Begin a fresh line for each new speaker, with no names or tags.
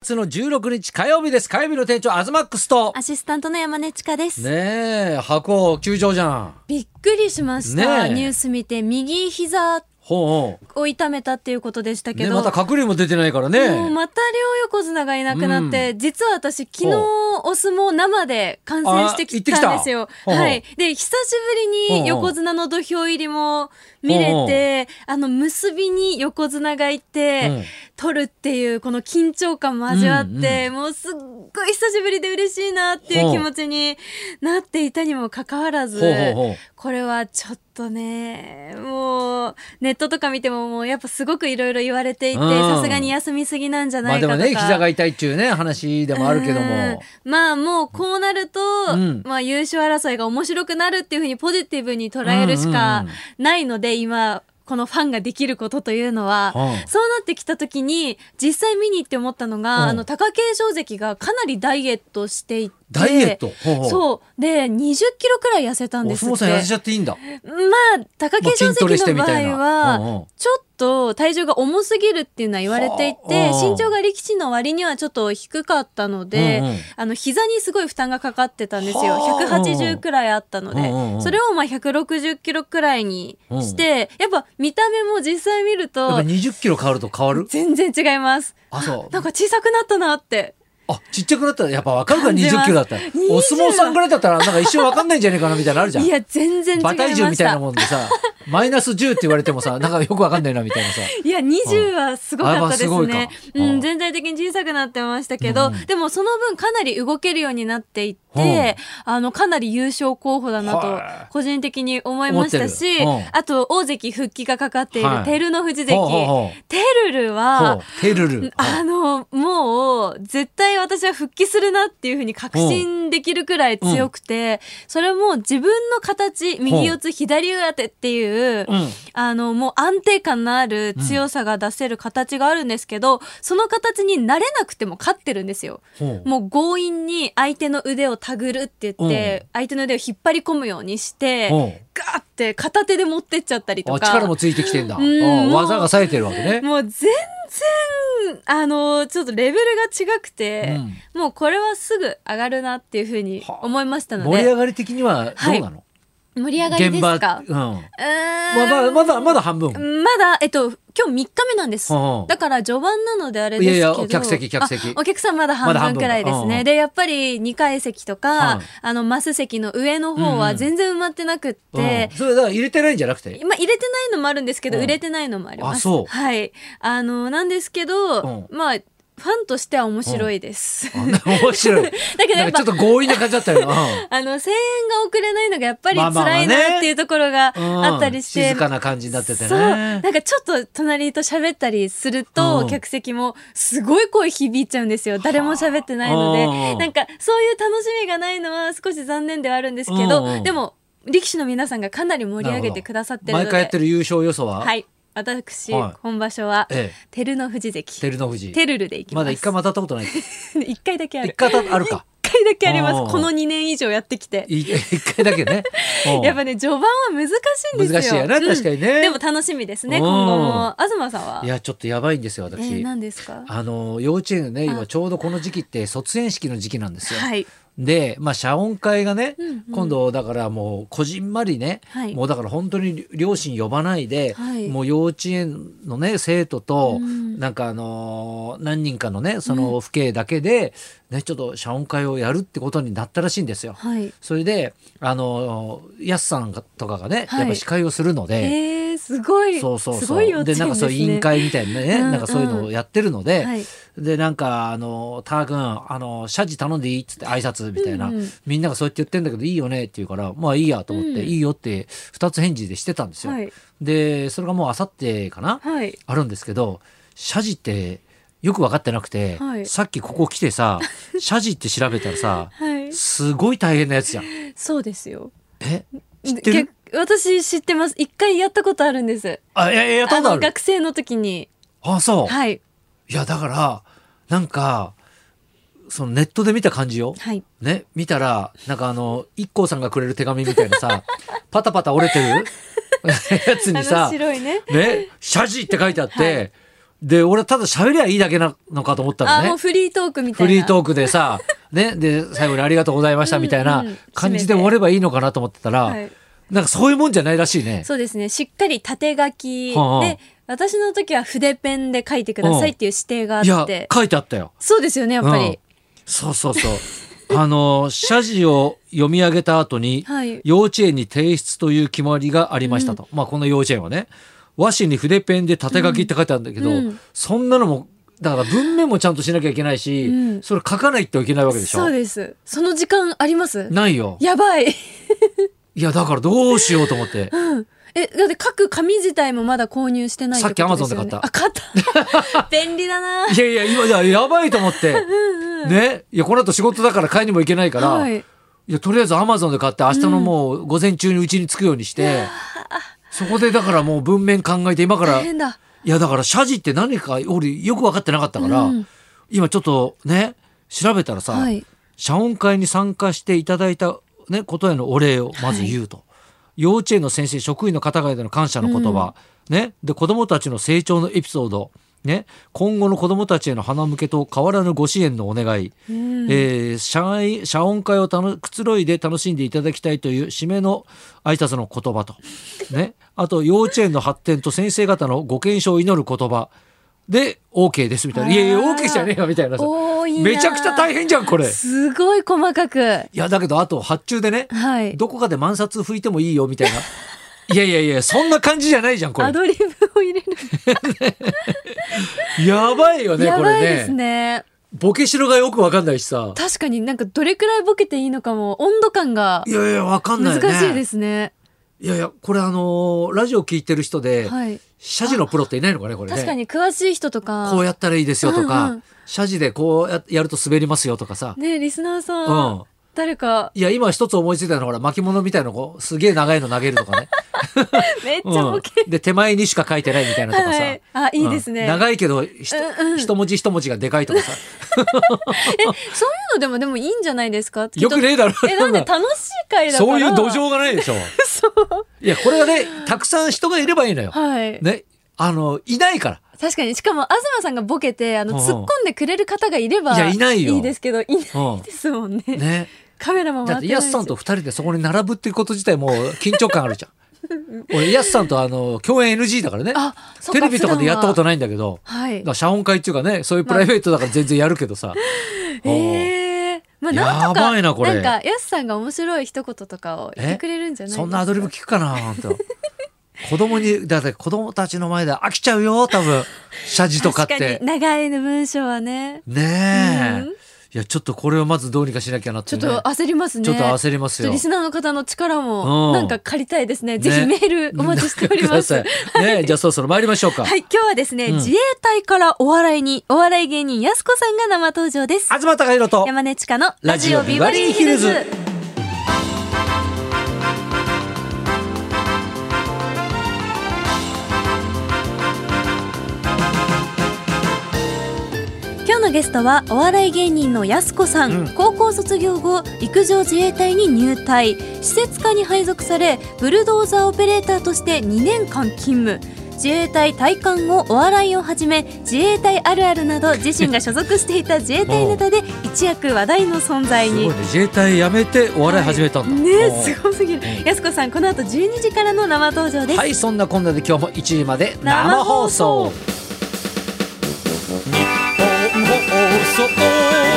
月の16日火曜日です。火曜日の店長、アズマックスと。
アシスタントの山根千佳です。
ねえ、箱、球場じゃん。
びっくりしました、
ねえ
ニュース見て、右膝
ほうほ
を痛めたっていうことでした
う。
け
ね、
ど、
また隔離も出てないから
もう
ね。
また両横綱がいなくなって、実は私、昨日お相撲生で観戦してきたんです
あ行っ
よ
てき。たほうほう
はい。で、久しぶりに横綱の土俵入りも見れて、あの、結びに横綱がいて、
うん
取るっていう、この緊張感も味わって、もうすっごい久しぶりで嬉しいなっていう気持ちになっていたにもかかわらず、
ほうほうほう
これはちょっとね、もう、ネットとか見てももうやっぱすごくいろいろ言われていて、
うん
さすがに休みすぎなんじゃ
ま
な
あ
い
で
かと
も
か。
ね、膝が痛いっていうね、話でもあるけども。
うんまあもうこうなると、
ん
まあ優勝争いが面白くなるっていうふうにポジティブに捉えるし
う
か
んうん
ないので、今、このファンができることというのは、
うん
そうなってきた時に、実際見に行って思ったのが、
うん
あの、貴景勝関がかなりダイエットしていて、
ダイエットほうほう
そう。で、20キロくらい痩せたん
お
です
相
って。
撲さん痩せちゃっていいんだ。
まあ、貴景
まあ
勝関の場合
筋トレしてみたいなうんうん
は、ちょっと体重が重すぎるっていうのは言われていて、
はあ
身長が力士の割にはちょっと低かったの
うんうん
で、あの、膝にすごい負担がかかってたんですよ。
はあ
180くらいあったの
うんうんうん
で、それをまあ160キロくらいにして、やっぱ見た目も実際見る
やっぱ
と、
20キロ変わると変わる
全然違います。
あ、そう
な。んか小さくなったなって。
あ、ちっちゃくなったらやっぱわかるから
感じます
20キロだったら。
20
お相撲さんぐらいだったらなんか一瞬わかんないんじゃないかなみたいなのあるじゃん
い。や、全然違いま
馬
し
体
た。
重みたいなもんで さ、マイナス10って言われてもさ、なんかよくわかんないなみたいなさ。
いや、20はすごかったで
あや
す
っぱす。
ね
ごいか
う
うん
ん、全体的に小さくなってましたけど、
うん
でもその分かなり動けるようになっていて、あの、かなり優勝候補だなと
は、い
個人的に思いました
思っ
し、
てるうん
あと、大関復帰がかかっている
はい
照ノ富士関。
ほうほうほう
テルル
ほ
は
う、、テルル。
あの、もう、絶対私は復帰するなっていうふうに確信できるくらい強くて、それも自分の形、右四つ左上手っていう、
うん。
あの、もう安定感のある強さが出せる形があるんですけど、その形に慣れなくても勝ってるんですよ。
ほう
もう強引に相手の腕をたぐるって言って、相手の腕を引っ張り込むようにして、
ほう
ガーって片手で持ってっちゃったりと
あ
か。
力もついてきてんだ。
うん
うん
もう
技が冴えてるわけね。
もう全然、あの、ちょっとレベルが違くて、もうこれはすぐ上がるなっていうふうに思いましたの
盛り上
で、
がり的にはどうなの、
盛り上がりで
現場、うん。ま
すか
あ、ま
うー
だ、
ん
まだ、まだ半分。うん
まだ、えっと、今日3日目なんです。
うん
だから序盤なのであれですけど。
いやいや客席客席
あお客さんまだ
まだ半
半
分
分くらいです
うんう
ね。
ん
で、やっぱり2階席と
う
か
ん、
あの、マス席の上の方
うんう
は
ん
全然埋まってなくって、
それだから入れてないんじゃなくて
まあ、入れてないのもあるんですけど、
うん
売れてないのもあります。
あそう
はい。あの、なんですけ
う
ど、まあ、ファンとしては面白いです。
あんな面白い。だ
け どやっぱ
ちょっと強引な感じだったよ。うん
あの、声援が遅れないのがやっぱり
まあまあまあ
辛い
ね
なっていうところが
うん
あったりして。
静かな感じになってて
そうなん
ね。
かちょっと隣と喋ったりすると、
うん
客席もすごい声響いちゃうんですよ誰も喋ってないの
はあ
でなんかそういう楽しみがないのは少し残念ではあるんですけど、
うんうん
でも力士の皆さんがかなり盛り上げてくださってるので
毎回やってる優勝予想は、
はい私、
はい
今場所は、
ええ
照ノ富士関
照ノ富士。
テルルでいきま
ますだ一回も当たったことない。
一回だけある
一回当たあるか。
一回だけあり
うん
ますこの2年以上やってきて
い一回だけ ね。うん
やっぱね序盤は難しいんですよ
難しいやな、
うん
確かにね。
でも楽しみですね
うん
今後も東さんはい
や、ちょっとやばいんですよ、私。
えー、何ですか
あの幼稚園のね今
あ
ちょうどこの時期って卒園式の時期なんですよ。
はい。
で、まあ、謝恩会がね、
うんうん
今度だからもうこじんまりね、
はい
もうだから本当に両親呼ばないで、
はい
もう幼稚園のね生徒と、
うん
なんかあのー何人かのねその父兄だけで、ね、ちょっと謝恩会をやるってことになったらしいんですよ。
はい。
それであのーやすさんとかがね、
はい
やっぱ司会をするので。
えー、すごい。
そうそうそう。
すごい幼稚
で
園です、
な
ね。
んかそういう委員会みたいなね、
うん
なんかそういうのをやってるので、
はい
で、なんか、あの、ター君、あの、謝辞頼んでいいっつって挨拶みたいな、
うんうん
みんながそうやって言ってんだけど、いいよねって言うから、まあいいやと思って、
うん
いいよって二つ返事でしてたんですよ。
はい
で、それがもうあさってかな、
はい。
あるんですけど、謝辞って、よく分かってなくて、
はい
さっきここ来てさ、謝辞って調べたらさ、
はい。
すごい大変なやつじゃん。
そうですよ。
え知ってる
け私知ってます。一回やったことあるんです。
あ、いやいや、やったことあ
の
る。
学生の時に。
あ、そう。
はい。
いやだからなんかそのネットで見た感じよ、
はい。
ね見たらなんかあの IKKO さんがくれる手紙みたいな さパタパタ折れてるやつにさ
あの白いね。
ね、謝辞って書いてあって、で俺はただ喋りゃいいだけなのかと思ったの
あも
ね
うフリートークみたいな
フリートークでさねで最後に「ありがとうございました」みたいな
うんうん
感じで終わればいいのかなと思ってたら、
はい
なんかそういうもんじゃないらしいね。
そうですねしっかり縦書き
はあはあ
で私の時は筆ペンで書いてくださいっていう指定があ
いや
って
書いてあったよ。
そうですよねやっぱ
うん
り、
そうそうそう。 あの謝辞を読み上げた後に、
はい
幼稚園に提出という決まりがありましたと、まあこの幼稚園はね和紙に筆ペンで縦書きって書いてあるんだけど、
うんうん
そんなのもだから文面もちゃんとしなきゃいけないし、
うん
それ書かないといけないわけでしょ
そうですその時間あります
ないよ
やばい
いやだからどうしようと思って
うんえだって書く紙自体もまだ購入してないってことすよね
さっき
あ買った 便利だない
やいや今じゃやばいと思ってねいやこの後仕事だから買いにも行けないから、、
はいい
やとりあえずアマゾンで買って明日のもう午前中にうちに着くようにして、そこでだからもう文面考えて今から
大変だ
いやだから謝辞って何か俺よく分かってなかったから、
うん
今ちょっとね調べたらさ、
はい
謝恩会に参加していただいた、ね、ことへのお礼をまず言うと、幼稚園の先生職員の方々への感謝の言葉、ね、で子どもたちの成長のエピソード、ね、今後の子どもたちへの鼻向けと変わらぬご支援のお願い、えー謝い謝恩会をたのくつろいで楽しんでいただきたいという締めの挨拶の言葉と、ね、あと幼稚園の発展と先生方のご健勝を祈る言葉で OK ですみたいな「いやいや
あー
OK じゃねえよ」みたいなさ
多いな
めちゃくちゃ大変じゃんこれ。
すごい細かく
いやだけどあと発注でね、
はい
どこかで満札拭いてもいいよみたいな。いやいやいやそんな感じじゃないじゃんこ
ア
れ。
ドリブを入れる、
やばいよね
や
こ
ばいで
れ
す
ね。
ね
ボケしろがよくわかんないしさ。
確かになんかどれくらいボケていいのかも温度感が
いやいやわかんない
難
よね。
しいですね
いやいやこれあのーラジオ聞いてる人で、
はい
謝辞のプロっていないのかねこれね。
確かに詳しい人とか
こうやったらいいですよとか、
うんうん
謝辞でこうややると滑りますよとかさ。
ねリスナーさん、
うん
誰か
いや今一つ思いついたのはほら巻物みたいなのこうすげえ長いの投げるとかね。
めっちゃ
う
ボ
ん
ケ、、
で手前にしか書いてないみたいなとかさ。
はいあいいですね、
うん長いけどひと、
うんうん
一文字一文字がでかいとかさ
そういうのでもでもいいんじゃないですか
よくねえだろ
えなんで楽しい回だから
そういう土壌がないでしょ
そう
いやこれはねたくさん人がいればいいのよ、
はい、
ねあのいないか
確かにしかも東さんがボケてあの
うんうん
突っ込んでくれる方がいれば
いやいないよ
いいですけどいない
ら、う
ですもんね
ん、ね
カメラも
だ
回
っ
っててない
や
し
すさんと二人でそこに並ぶっていうこと自体もう緊張感ある じゃん俺やすさんとあの共演 NG だからね
あそっ
テレビとかでやったこと
ない
ないんだけど
はい
だから謝恩会っていうかねそういうプライベートだから全然やるけど さ、
ええまあなんと
や
か
ばいなこれ
んかやすさんが面白い一言とかを言ってくれるんじゃないですか
そんなアドリブ聞くかな本当 子供にだって子供たちの前で飽きちゃうよ多分謝辞とかっ
確
て
かに長いの文章はね
ねえ、
うん
いやちょっとこれをまずどうにかしなきゃなって
ちょ
い
っ
うね
と焦りますね
ちょっと焦ります
ちょっ
よ
とリスナーの方の力
うん
もなんか借りたいですねぜひメールお待ちしております、
くださいねえじゃあそろそろ参りましょうか、
はい、今日はですね、
うん
自衛隊からお笑いに、お笑い芸人やすこさんが生登場です。
東貴弘と
山根ちかの
ラ
ラ
ジ
ジ
オ
オ
ビ
ビ
バ
バ
リ
リ
ー
ー
ヒ
ヒ
ル
ル
ズ
ズ。今日のゲストはお笑い芸人のやすこさん、
うん
高校卒業後陸上自衛隊に入隊施設課に配属されブルドーザーオペレーターとして2年間勤務自衛隊体感後お笑いをはじめ自衛隊あるあるなど自身が所属していた自衛隊ネタで一躍話題の存在
すごい
に
ね。自衛隊辞めてお笑い始めたんだ、
ね
おー
すごすぎる
うん
やすこさんこの後12時からの生登場です、
はいそんなこんなで今日も1時まで生放送
生放送
日本放送